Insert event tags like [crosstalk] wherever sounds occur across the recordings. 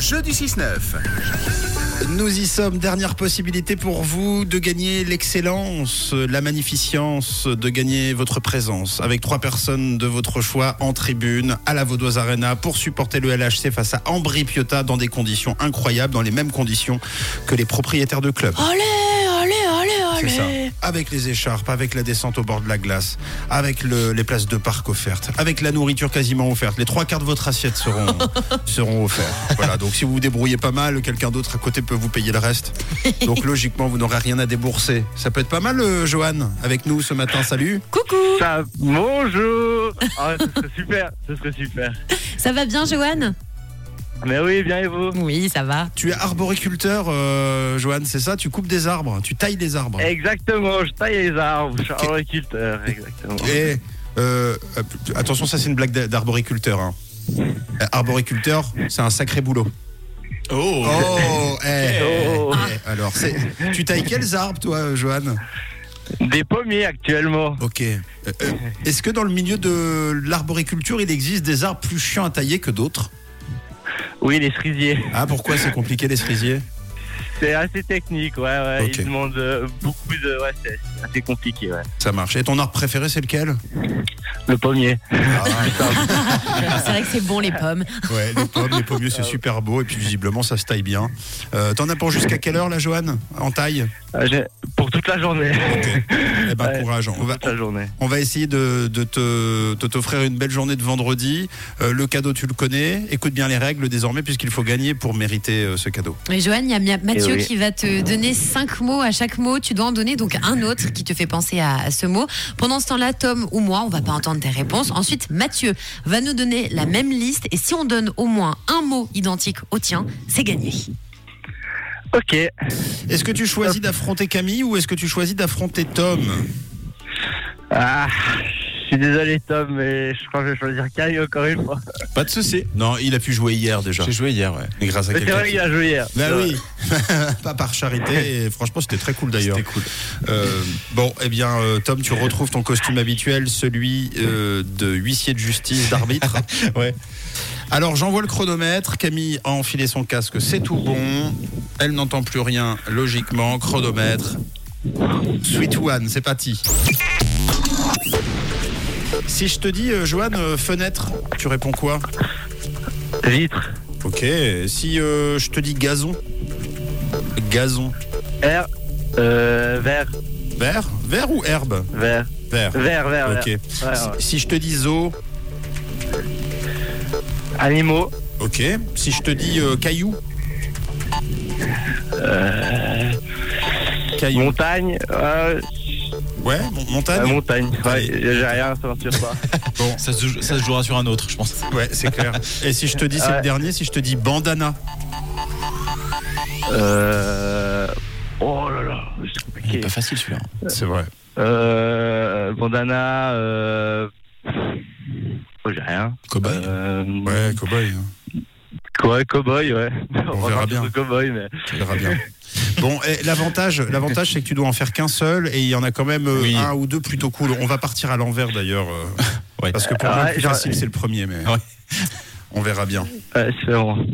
jeu du 6-9. Nous y sommes, dernière possibilité pour vous de gagner l'excellence, la magnificence, de gagner votre présence avec trois personnes de votre choix en tribune à la Vaudoise Arena pour supporter le LHC face à Ambry Piotta dans des conditions incroyables, dans les mêmes conditions que les propriétaires de clubs. Allez, allez, C'est allez, ça. allez. Avec les écharpes, avec la descente au bord de la glace, avec le- les places de parc offertes, avec la nourriture quasiment offerte. Les trois quarts de votre assiette seront, seront offerts. Voilà, donc si vous vous débrouillez pas mal, quelqu'un d'autre à côté peut vous payer le reste. Donc logiquement, vous n'aurez rien à débourser. Ça peut être pas mal, euh, Johan, avec nous ce matin. Salut. Coucou. Ça- bonjour Ah, Ce serait super, ce serait super. Ça va bien, Johan Mais oui, bien et vous Oui, ça va. Tu es arboriculteur, euh, Johan, c'est ça Tu coupes des arbres, tu tailles des arbres. Exactement, je taille les arbres, je suis arboriculteur, exactement. Et euh, euh, attention, ça c'est une blague d'a- d'arboriculteur. hein. Euh, Arboriculteur, c'est un sacré boulot. Oh, eh, Oh. eh, Alors, c'est- tu tailles quels arbres, toi, euh, Johan Des pommiers actuellement. Ok. Euh, euh, Est-ce que dans le milieu de l'arboriculture, il existe des arbres plus chiants à tailler que d'autres Oui, les cerisiers. Ah, pourquoi c'est compliqué les cerisiers C'est assez technique, ouais, ouais. Ok. Ils demandent euh, beaucoup de. Ouais, c'est c'est assez compliqué, ouais. Ça marche. Et ton arbre préféré, c'est lequel Ah, Le pommier. Ah, C'est vrai que c'est bon les pommes. Ouais, les pommes, les pommiers, c'est super beau. Et puis visiblement, ça se taille bien. Euh, T'en as pour jusqu'à quelle heure, là, Johan En taille Euh, j'ai- Pour toute la journée. Eh ben, Ouais. courage. On [laughs] Pour va, toute la journée. On va essayer de, de te- de t'offrir une belle journée de vendredi. Euh, le cadeau, tu le connais. Écoute bien les règles désormais, puisqu'il faut gagner pour mériter euh, ce cadeau. Et Johan, il y a Mia- Mathieu Eh oui. qui va te donner cinq mots. À chaque mot, tu dois en donner donc un autre qui te fait penser à, à ce mot. Pendant ce temps-là, Tom ou moi, on va pas entendre tes réponses. Ensuite, Mathieu va nous donner la même liste. Et si on donne au moins un mot identique au tien, c'est gagné. Ok, Est-ce que tu choisis d'affronter Camille ou est-ce que tu choisis d'affronter Tom Ah, je suis désolé Tom, mais je crois que je vais choisir Camille encore une fois. Pas de souci. Non, il a pu jouer hier déjà. J'ai joué hier, ouais. Mais grâce à Mais c'est quelqu'un. vrai qu'il a joué hier. Bah oui, [laughs] pas par charité. Et franchement, c'était très cool d'ailleurs. C'était cool. Euh, bon, eh bien, euh, Tom, tu retrouves ton costume habituel, celui euh, de huissier de justice, d'arbitre. ouais. Alors, j'envoie le chronomètre. Camille a enfilé son casque, c'est tout bon. Elle n'entend plus rien, logiquement. Chronomètre. Sweet One, c'est parti. Si je te dis, euh, Johan, euh, fenêtre, tu réponds quoi Vitre, Ok. Si euh, je te dis gazon, gazon. R, euh, vert, Vert Vert ou herbe vert, Vert. vert, vert, Ok. vert. Ouais, Si- ouais. Si je te dis zoo, Animaux, ok. Si je te dis euh, caillou, Euh, caillou. montagne, euh, Ouais, mon- euh, montagne. montagne. Ouais, Allez. j'ai rien, ça m'assure pas. [laughs] Ça se, jou- ça se jouera sur un autre, je pense. Ouais, c'est [laughs] clair. Et si je te dis, c'est le Ouais. dernier, si je te dis bandana, Euh, oh là là, c'est compliqué. Pas facile celui-là. c'est vrai. Euh, bandana, euh, oh, j'ai rien. Cowboy Euh, Ouais, cowboy, hein. ouais, cowboy, ouais. [laughs] On va verra partir bien. sur Cowboy, mais. tu verras bien. [laughs] Bon, et l'avantage, l'avantage, c'est que tu dois en faire qu'un seul, et il y en a quand même euh, Oui. un ou deux plutôt cool. On va partir à l'envers d'ailleurs, euh, Ouais. parce que pour moi, Ah le plus ouais, facile, c'est le premier, mais Ouais. [laughs] on verra bien. Ouais, c'est bon.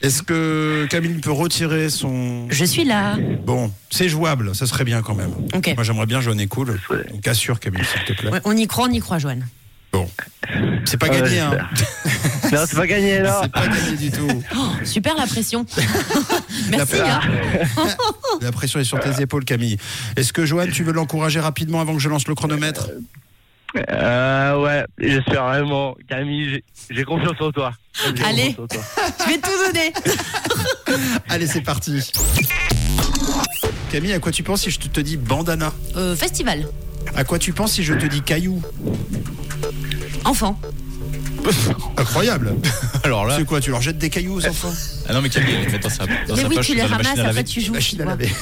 Est-ce que Camille peut retirer son Je suis là. Bon, c'est jouable, ça serait bien quand même. Ok. Moi j'aimerais bien Johan est cool. Donc assure Camille, s'il te plaît. Ouais, Ah, on y croit, on y croit, Johan. C'est pas Ouais, gagné, hein. j'espère. non, c'est pas gagné, là. C'est [laughs] pas gagné du tout. Oh, super la pression. [laughs] Merci. La- hein. La pression est sur tes épaules, Camille. Est-ce que Johan, tu veux l'encourager rapidement avant que je lance le chronomètre Euh, ouais, j'espère vraiment. Camille, j'ai- j'ai confiance en toi. J'ai Allez. confiance en toi. Je vais tout donner. Allez, c'est parti. Camille, à quoi tu penses si je te- te dis bandana Euh, festival. À quoi tu penses si je te dis caillou Enfant. Incroyable Alors là, C'est quoi Tu leur jettes des cailloux aux enfants ah non, mais Camille, elle les met dans sa, dans Mais sa oui, poche, tu les dans la machine ramasses, à après laver. tu joues. tu Machine à vois. laver.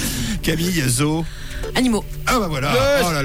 [laughs] Camille, zoo. Animaux. Ah bah voilà Oh là